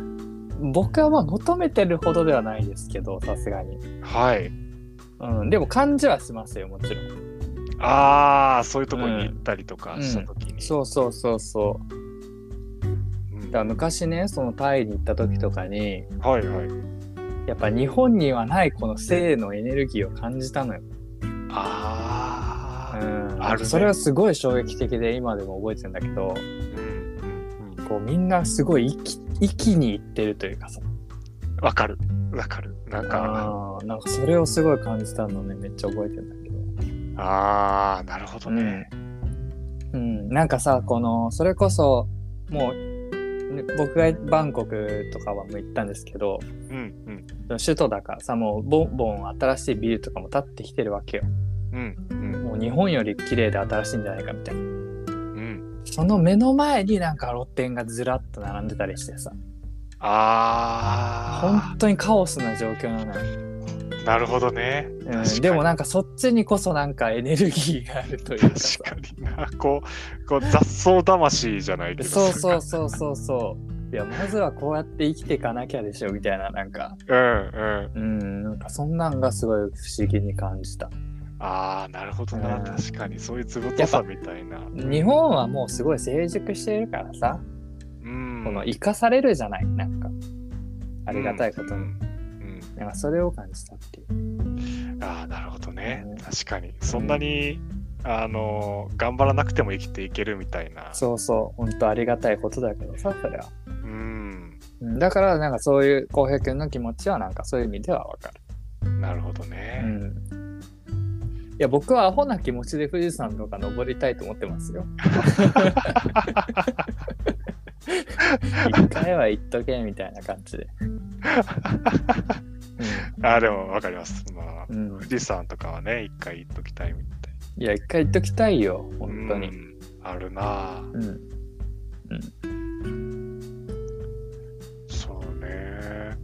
[SPEAKER 1] 僕はまあ求めてるほどではないですけど、さすがに。
[SPEAKER 2] はい
[SPEAKER 1] うん。でも感じはしますよ、もちろん。
[SPEAKER 2] ああそういうところに行ったりとかした時に、
[SPEAKER 1] そうそうそうそう。
[SPEAKER 2] うん
[SPEAKER 1] だから昔ね、そのタイに行った時とかに、
[SPEAKER 2] はいはい
[SPEAKER 1] やっぱ日本にはないこの性のエネルギーを感じたのよ。
[SPEAKER 2] ああ、
[SPEAKER 1] うん、
[SPEAKER 2] あるね
[SPEAKER 1] それはすごい衝撃的で今でも覚えてるんだけど、
[SPEAKER 2] うんうん
[SPEAKER 1] こうみんなすごい息息にいってるというかさ、
[SPEAKER 2] わかるわかるなんか
[SPEAKER 1] あーなんかそれをすごい感じたのね、めっちゃ覚えてるんだけど。
[SPEAKER 2] ああなるほどね、
[SPEAKER 1] うん、なんかさ、この、それこそ、もう、ね僕がバンコクとかはもう行ったんですけど、
[SPEAKER 2] うん、うん
[SPEAKER 1] 首都だからさ、もうボンボン新しいビルとかも建ってきてるわけよ。
[SPEAKER 2] うんうん
[SPEAKER 1] もう日本より綺麗で新しいんじゃないかみたいな。
[SPEAKER 2] うん
[SPEAKER 1] その目の前になんか露店がずらっと並んでたりしてさ
[SPEAKER 2] あ
[SPEAKER 1] 本当にカオスな状況なのよ、
[SPEAKER 2] あなるほどね
[SPEAKER 1] うん
[SPEAKER 2] 確かに
[SPEAKER 1] でもなんかそっちにこそなんかエネルギーがあるという
[SPEAKER 2] 確
[SPEAKER 1] かさ
[SPEAKER 2] かになこうこう雑草魂じゃないけど
[SPEAKER 1] そうそううそうそうそういやまずはこうやって生きていかなきゃでしょみたいななんか
[SPEAKER 2] うんうん
[SPEAKER 1] うんなんかそんなんがすごい不思議に感じた
[SPEAKER 2] ああなるほどな、
[SPEAKER 1] うん
[SPEAKER 2] 確かにそういうつぶとさみたいな
[SPEAKER 1] 日本はもうすごい成熟しているからさ
[SPEAKER 2] うん
[SPEAKER 1] この生かされるじゃないなんかありがたいことに、
[SPEAKER 2] うんうん
[SPEAKER 1] なんかそれを感じたっていう
[SPEAKER 2] ああなるほどね
[SPEAKER 1] うん
[SPEAKER 2] 確かにそんなに、あの頑張らなくても生きていけるみたいな
[SPEAKER 1] そうそう本当ありがたいことだけどさそれは
[SPEAKER 2] うん
[SPEAKER 1] うんだからなんかそういう浩平君の気持ちはなんかそういう意味ではわかる。
[SPEAKER 2] なるほどね。
[SPEAKER 1] いや僕はアホな気持ちで富士山とか登りたいと思ってますよ。一回は行っとけみたいな感じで。
[SPEAKER 2] あでもわかります。まあ、
[SPEAKER 1] うんうん
[SPEAKER 2] 富士山とかはね、一回行っときたいみたい。
[SPEAKER 1] いや一回行っときたいよ本当
[SPEAKER 2] う
[SPEAKER 1] に。
[SPEAKER 2] ん。あるなあ
[SPEAKER 1] うん
[SPEAKER 2] そうね。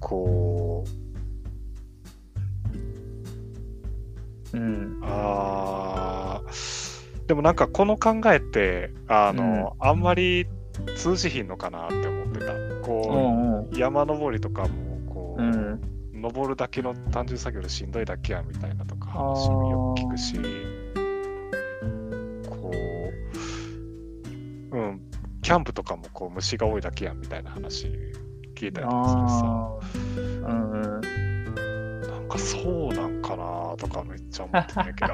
[SPEAKER 2] こ
[SPEAKER 1] うん
[SPEAKER 2] う、あーでもなんかこの考えって、あの、あんまり通じひんのかなって思ってた。
[SPEAKER 1] う
[SPEAKER 2] こ
[SPEAKER 1] んうん
[SPEAKER 2] う、山登りとかも、こう、
[SPEAKER 1] うん
[SPEAKER 2] 登るだけの単純作業でしんどいだけやみたいなとか
[SPEAKER 1] あー
[SPEAKER 2] 話もよく聞くしこううんキャンプとかもこう虫が多いだけやみたいな話聞いたりとか
[SPEAKER 1] あーうんうん
[SPEAKER 2] するしさなんかそうなんかなとかめっちゃ思ってん やけ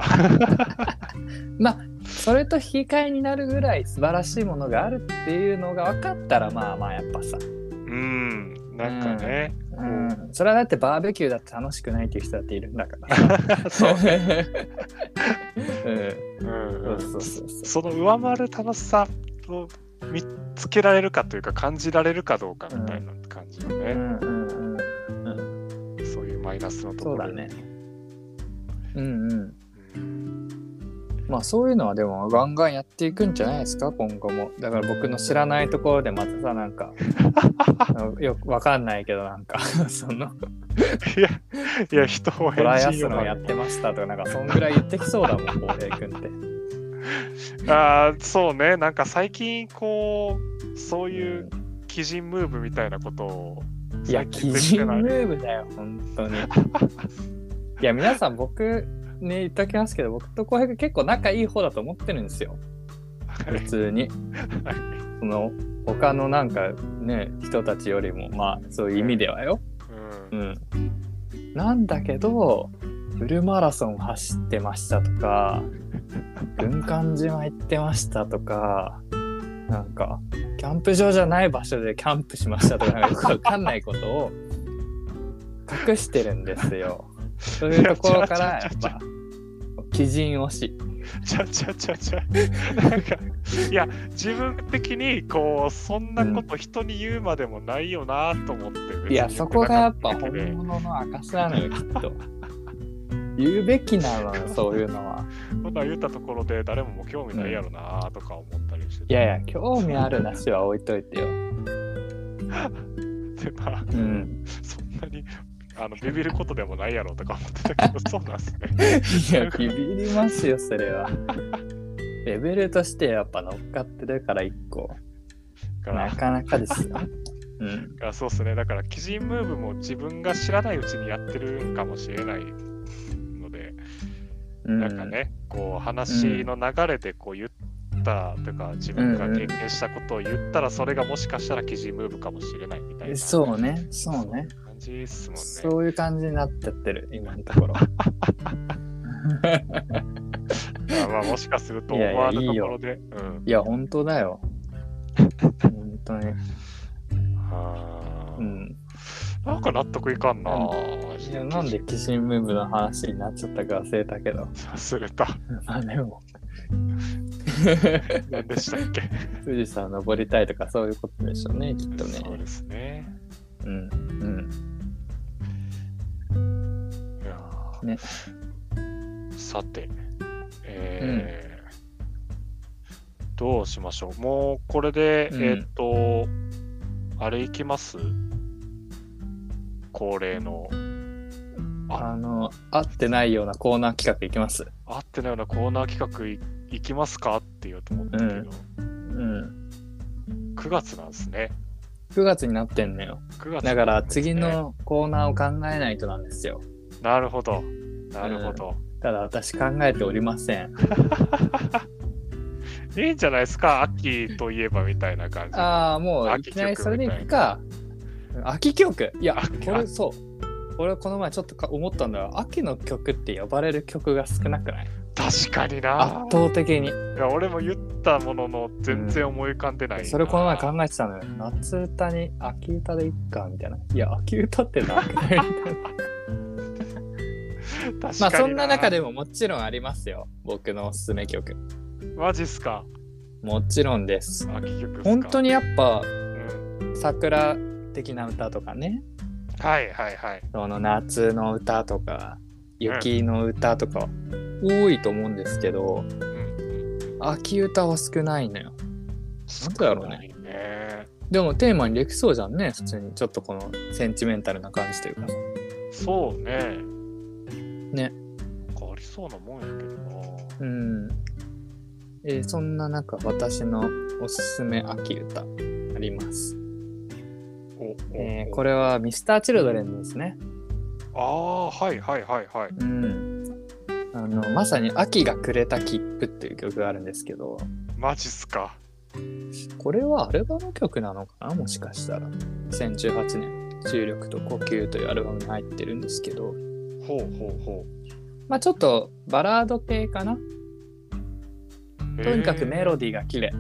[SPEAKER 2] ど
[SPEAKER 1] それと引き換えになるぐらい素晴らしいものがあるっていうのが分かったらまあまあやっぱさ、
[SPEAKER 2] うんなんかね、
[SPEAKER 1] うん、それはだってバーベキューだって楽しくないっていう人だっているんだからさ
[SPEAKER 2] そう
[SPEAKER 1] うん
[SPEAKER 2] うん
[SPEAKER 1] そううんそうそうそ
[SPEAKER 2] その上回る楽しさを見つけられるかというか感じられるかどうかみたいな感じの
[SPEAKER 1] うう
[SPEAKER 2] ね、
[SPEAKER 1] んうんうん
[SPEAKER 2] そういうマイナスのと
[SPEAKER 1] そ
[SPEAKER 2] ころ
[SPEAKER 1] うだねうんうん
[SPEAKER 2] うん
[SPEAKER 1] まあそういうのはでもガンガンやっていくんじゃないですか今後もだから僕の知らないところでまたさなん かあのよくわかんないけどなんかその
[SPEAKER 2] いや、いや、人を
[SPEAKER 1] ト
[SPEAKER 2] 変
[SPEAKER 1] ライア
[SPEAKER 2] 人
[SPEAKER 1] スロンやってましたとかなんかそんぐらい言ってきそうだもん浩平君って。
[SPEAKER 2] ああ、そうね。なんか最近、こう、そういう基人ムーブみたいなことを。
[SPEAKER 1] いや、
[SPEAKER 2] 最近
[SPEAKER 1] 基
[SPEAKER 2] 出て
[SPEAKER 1] 人
[SPEAKER 2] な
[SPEAKER 1] ム
[SPEAKER 2] い
[SPEAKER 1] ーブだよ、本当に。いや、皆さん、僕ね、言っときますけど、僕と浩平君結構仲いい方だと思ってるんですよ、普通に。
[SPEAKER 2] はい
[SPEAKER 1] その、他のなんかね、人たちよりも、まあ、そういう意味ではよ。う
[SPEAKER 2] うん
[SPEAKER 1] ん。なんだけど、フルマラソン走ってましたとか、軍艦島行ってましたとか、なんか、キャンプ場じゃない場所でキャンプしましたとか、なんかよくわかんないことを 隠してるんですよ。そういうところから、やっぱ、基人推し。
[SPEAKER 2] ちゃちゃちゃちゃ。なんか、いや、自分的に、こう、そんなこと人に言うまでもないよなと思って、
[SPEAKER 1] いや、そこがやっぱ
[SPEAKER 2] 別
[SPEAKER 1] 本
[SPEAKER 2] に言ってなか
[SPEAKER 1] 物の証なのよ、きっと。言うべきなのよ、そういうのは。
[SPEAKER 2] たけどこんなん言ったところで、誰ももう興味ないやろなとか思ったりして
[SPEAKER 1] いやいや、興味あるなしは置いといてよ。
[SPEAKER 2] でまあ
[SPEAKER 1] うん。
[SPEAKER 2] そんなに。あのビビることでもないやろとか思ってたけど、そうなんですね。
[SPEAKER 1] いや、 ビビりますよ、それは。レベルとしてやっぱ乗っかってるから一個。
[SPEAKER 2] だから
[SPEAKER 1] なかなかです よ。うん。
[SPEAKER 2] あそうですね、だから、基人ムーブも自分が知らないうちにやってるんかもしれないので、
[SPEAKER 1] う
[SPEAKER 2] なんか。ね、こう話の流れでこう言ったとか、自分が経験したことを言ったら、それがもしかしたら基人ムーブかもしれないみたいな感
[SPEAKER 1] そうね、そうね。
[SPEAKER 2] じですもんね。
[SPEAKER 1] そういう感じになっちゃってる、今のところ。
[SPEAKER 2] まあまあ、もしかすると
[SPEAKER 1] い
[SPEAKER 2] 思
[SPEAKER 1] やいや
[SPEAKER 2] わぬとこ
[SPEAKER 1] いいよ
[SPEAKER 2] ろで。うん
[SPEAKER 1] いや、本当だよ。本当に。
[SPEAKER 2] あー
[SPEAKER 1] うん。
[SPEAKER 2] なんか納得いかんな
[SPEAKER 1] う
[SPEAKER 2] ぁ。
[SPEAKER 1] いやなんで、キシンムーブの話になっちゃったか忘れたけど。
[SPEAKER 2] 忘れた。
[SPEAKER 1] まあでも、
[SPEAKER 2] 何でしたっけ、
[SPEAKER 1] 富士山登りたいとかそういうことでしょうね、きっと
[SPEAKER 2] そう
[SPEAKER 1] ね。
[SPEAKER 2] ですね。
[SPEAKER 1] うん。うん。
[SPEAKER 2] いやー
[SPEAKER 1] ね
[SPEAKER 2] さて、えーどうしましょう。もうこれで、
[SPEAKER 1] うん
[SPEAKER 2] えーっと、あれいきます恒例の、
[SPEAKER 1] あの、合ってないようなコーナー企画いきます。
[SPEAKER 2] あってのようなコーナー企画いいきますかって言おうと思ったけど、
[SPEAKER 1] うん。
[SPEAKER 2] 9月なんですね。
[SPEAKER 1] 9月になってんのよ。
[SPEAKER 2] 9月
[SPEAKER 1] だから次
[SPEAKER 2] なんですね。
[SPEAKER 1] のコーナーを考えないとなんですよ。
[SPEAKER 2] なるほど。なるほど。
[SPEAKER 1] ただ私考えておりません。
[SPEAKER 2] いいんじゃないですか秋といえばみたいな感じ。
[SPEAKER 1] ああ、もうい
[SPEAKER 2] 秋
[SPEAKER 1] きなりそれ
[SPEAKER 2] 曲みた
[SPEAKER 1] で
[SPEAKER 2] い
[SPEAKER 1] い
[SPEAKER 2] な
[SPEAKER 1] くか。秋曲いや、
[SPEAKER 2] 秋
[SPEAKER 1] これそう。俺はこの前ちょっとか思ったんだが、秋の曲って呼ばれる曲が少なくない
[SPEAKER 2] 確かにな
[SPEAKER 1] 圧倒的に。
[SPEAKER 2] いや俺も言ったものの全然思い浮かんでない、
[SPEAKER 1] それこの前考えてたのよ。夏歌に秋歌でいっか、みたいな。いや、秋歌ってな。
[SPEAKER 2] 確かに
[SPEAKER 1] まあそんな中でももちろんありますよ。僕のおすすめ曲。
[SPEAKER 2] マジっすか
[SPEAKER 1] もちろんです。
[SPEAKER 2] 秋曲っすか
[SPEAKER 1] 本当
[SPEAKER 2] に、
[SPEAKER 1] にやっぱ
[SPEAKER 2] うん
[SPEAKER 1] 桜的な歌とかね、
[SPEAKER 2] はいはいはい
[SPEAKER 1] その夏の歌とか、雪の歌とか、多いと思うんですけど、
[SPEAKER 2] うん
[SPEAKER 1] 秋歌は少ないのよ。なんだろうね。
[SPEAKER 2] うんね
[SPEAKER 1] でもテーマにできそうじゃんね、普通に。ちょっとこのセンチメンタルな感じというか。
[SPEAKER 2] そうね
[SPEAKER 1] ね
[SPEAKER 2] なんかありそうなもんやけど
[SPEAKER 1] うん。えーそんな中、私のおすすめ秋歌あります。
[SPEAKER 2] な
[SPEAKER 1] えーこれは Mr.Children ですね。
[SPEAKER 2] ああーはいはいはいはい
[SPEAKER 1] うん。あの、まさに秋がくれた切符っていう曲があるんですけど、
[SPEAKER 2] マジっすか
[SPEAKER 1] これはアルバム曲なのかなもしかしたら。2018年、重力と呼吸というアルバムに入ってるんですけど、
[SPEAKER 2] ほうほうほ
[SPEAKER 1] まあちょっとバラード系かな。
[SPEAKER 2] う
[SPEAKER 1] とにかくメロデ
[SPEAKER 2] デ
[SPEAKER 1] ィーが綺麗。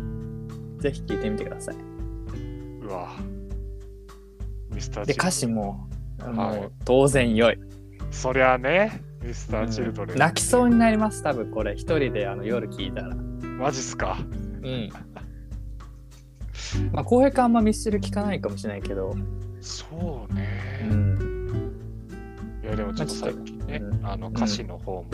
[SPEAKER 1] ぜひ聴いてみてください。
[SPEAKER 2] ィうわミスター
[SPEAKER 1] で、歌詞も、あの
[SPEAKER 2] はい
[SPEAKER 1] 当然良い。
[SPEAKER 2] そりゃあねミスターチルドレン、
[SPEAKER 1] 泣きそうになります多分これ一人であの夜聞いたらう
[SPEAKER 2] マジっすか
[SPEAKER 1] ん まあ浩平君あんまミスチル聞かないかもしれないけど、
[SPEAKER 2] そうね、
[SPEAKER 1] ん、
[SPEAKER 2] いやでもちょっと最近ね、
[SPEAKER 1] う
[SPEAKER 2] あの歌詞の方も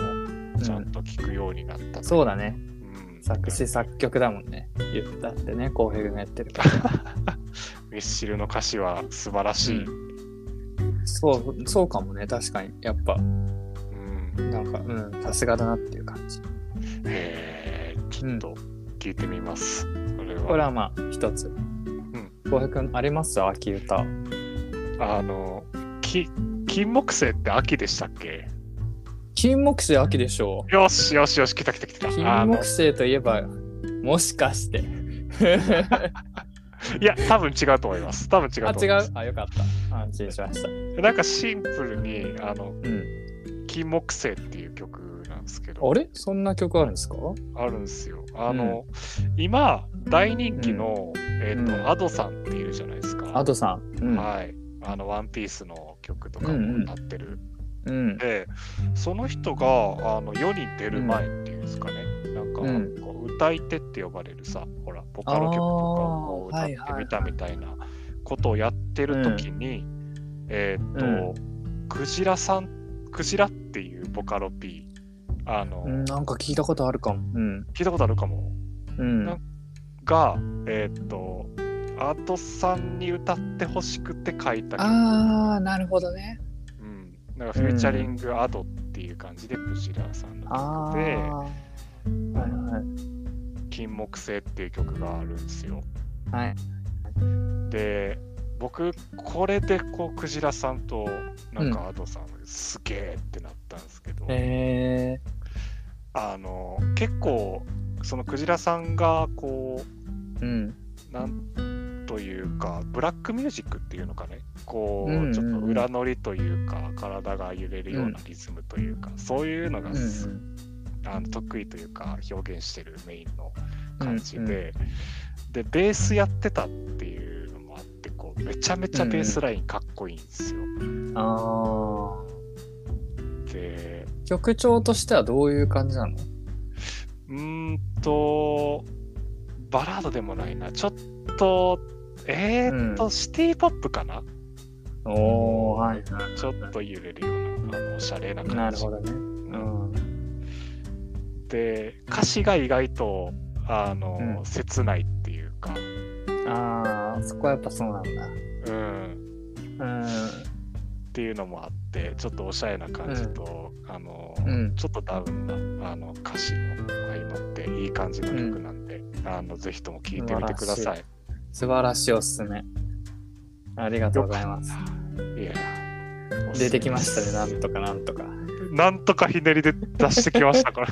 [SPEAKER 2] ちゃんと聞くようになった、
[SPEAKER 1] そうだね
[SPEAKER 2] うん
[SPEAKER 1] 作詞作曲だもんね言ったってね浩平君がやってるから
[SPEAKER 2] ミスチルの歌詞は素晴らしい、うん
[SPEAKER 1] そうそうかもね確かにやっぱなんかうんさすがだなっていう感じ
[SPEAKER 2] えー、ちょっと聞いてみます、それは
[SPEAKER 1] これはまあ一つ浩平君あります秋歌
[SPEAKER 2] あのき金木犀って秋でしたっけ
[SPEAKER 1] 金木犀秋でしょ
[SPEAKER 2] よしよしよし来た来た来た
[SPEAKER 1] う
[SPEAKER 2] あ
[SPEAKER 1] 金
[SPEAKER 2] の
[SPEAKER 1] 木犀といえばもしか して
[SPEAKER 2] いや多分違うと思います多分違
[SPEAKER 1] あ
[SPEAKER 2] うと思
[SPEAKER 1] 違
[SPEAKER 2] いま
[SPEAKER 1] う
[SPEAKER 2] す
[SPEAKER 1] あよかった安心しました
[SPEAKER 2] なんかシンプルにあ
[SPEAKER 1] う
[SPEAKER 2] の
[SPEAKER 1] ん
[SPEAKER 2] 金木犀っていう曲なんですけど
[SPEAKER 1] あれそんな曲あるんですか
[SPEAKER 2] あるんですよ。あの、今、大人気の、えっ、と、
[SPEAKER 1] うん
[SPEAKER 2] アドさんっていうじゃないですか。
[SPEAKER 1] アドさん。うん。
[SPEAKER 2] はい。あの、ワンピースの曲とか
[SPEAKER 1] う
[SPEAKER 2] も
[SPEAKER 1] んうん
[SPEAKER 2] なってる。
[SPEAKER 1] うん。
[SPEAKER 2] で、その人が、あの、世に出る前っていうんですかね。なんか、
[SPEAKER 1] うん
[SPEAKER 2] こう歌い手って呼ばれるさ、ほら、ボカロ曲とかをこう
[SPEAKER 1] あー
[SPEAKER 2] 歌ってみたみたいなことをやってる時に、えっ、と、クジラさん、クジラっていうボカロ P、あの、
[SPEAKER 1] うんなんか聞いたことあるかも。うん。
[SPEAKER 2] 聞いたことあるかも。
[SPEAKER 1] うん。
[SPEAKER 2] なんが、えーっとアートさんに歌ってほしくて書いた曲、
[SPEAKER 1] ああ、なるほどね。
[SPEAKER 2] うん、なんかフューチャリングアドっていう感じでクジラさんの
[SPEAKER 1] ああ。
[SPEAKER 2] 曲で
[SPEAKER 1] はいはい。
[SPEAKER 2] 「金木犀」っていう曲があるんですよ。
[SPEAKER 1] はい。
[SPEAKER 2] で僕これでこうクジラさんとなんかアドさん、すげえってなったんですけど、
[SPEAKER 1] え
[SPEAKER 2] あの結構そのクジラさんがこう
[SPEAKER 1] ー。うん。
[SPEAKER 2] なんというかブラックミュージックっていうのかねこう、
[SPEAKER 1] うんうんうん
[SPEAKER 2] ちょっと裏乗りというか体が揺れるようなリズムというか、そういうのが
[SPEAKER 1] うん
[SPEAKER 2] す、あの得意というか表現してるメインの感じで、
[SPEAKER 1] うんうん
[SPEAKER 2] でベースやってたっていうのもあってこうめちゃめちゃベースラインかっこいいんですよ。
[SPEAKER 1] うん。ああ。
[SPEAKER 2] で
[SPEAKER 1] 曲調としてはどういう感じなの
[SPEAKER 2] うーんとバラードでもないなちょっとえー、っと、
[SPEAKER 1] うん
[SPEAKER 2] シティ・ポップかな
[SPEAKER 1] おー、はいはい。
[SPEAKER 2] ちょっと揺れるようなあのおしゃれな感じ。
[SPEAKER 1] なるほどね。うん。
[SPEAKER 2] で歌詞が意外とあの、
[SPEAKER 1] うん
[SPEAKER 2] 切ないっていうか、
[SPEAKER 1] ああ、そこはやっぱそうなんだ。
[SPEAKER 2] うん、
[SPEAKER 1] う
[SPEAKER 2] っていうのもあってちょっとおしゃれな感じと、あの
[SPEAKER 1] ん。うん。
[SPEAKER 2] ちょっとダウンなあの歌詞も相まっていい感じの曲なんで、あのぜひとも聴いてみてください。
[SPEAKER 1] 素晴らしいおすすめ。ありがとうございます。
[SPEAKER 2] いや
[SPEAKER 1] 出てきましたね、な
[SPEAKER 2] ね
[SPEAKER 1] んとかなんと か。
[SPEAKER 2] なんとかひねりで出してきましたから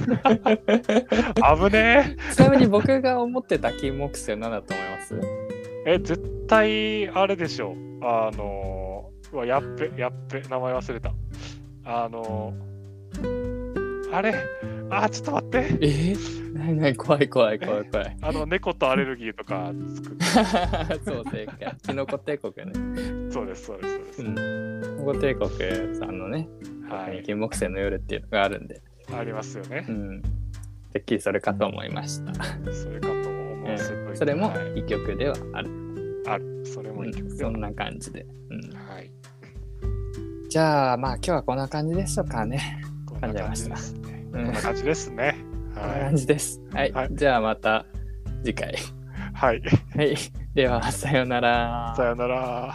[SPEAKER 2] 危ね
[SPEAKER 1] ちなみに僕が思ってた金木犀は何だと思います
[SPEAKER 2] ええ絶対あれでしょうあのうわやっべやっべ名前忘れたあのあれあーちょっと待って
[SPEAKER 1] えー、なになに怖い怖い怖い怖い。
[SPEAKER 2] あの猫とアレルギーとか作 っ
[SPEAKER 1] そう正解。キノコ帝国ね。
[SPEAKER 2] そうですそうですそうです、
[SPEAKER 1] うん。キノコ帝国さんのね、
[SPEAKER 2] はい
[SPEAKER 1] 金木犀の夜っていうのがあるんで、
[SPEAKER 2] ありますよね
[SPEAKER 1] う、ん。てっきりそれかと思いました。
[SPEAKER 2] それかと思わせといて、
[SPEAKER 1] それも
[SPEAKER 2] はい
[SPEAKER 1] 一曲ではある。
[SPEAKER 2] あるそれも一曲で
[SPEAKER 1] そ
[SPEAKER 2] は、
[SPEAKER 1] んな感じで。うん。
[SPEAKER 2] はい
[SPEAKER 1] じゃあまあ今日はこんな感じでしょうかね。
[SPEAKER 2] こんな感じですね
[SPEAKER 1] う
[SPEAKER 2] こん
[SPEAKER 1] ん
[SPEAKER 2] な感じですね
[SPEAKER 1] こんな
[SPEAKER 2] は
[SPEAKER 1] 感じです。はい、
[SPEAKER 2] はい
[SPEAKER 1] じゃあまた次回。
[SPEAKER 2] い、はい、
[SPEAKER 1] はい、ではさようなら。
[SPEAKER 2] さよなら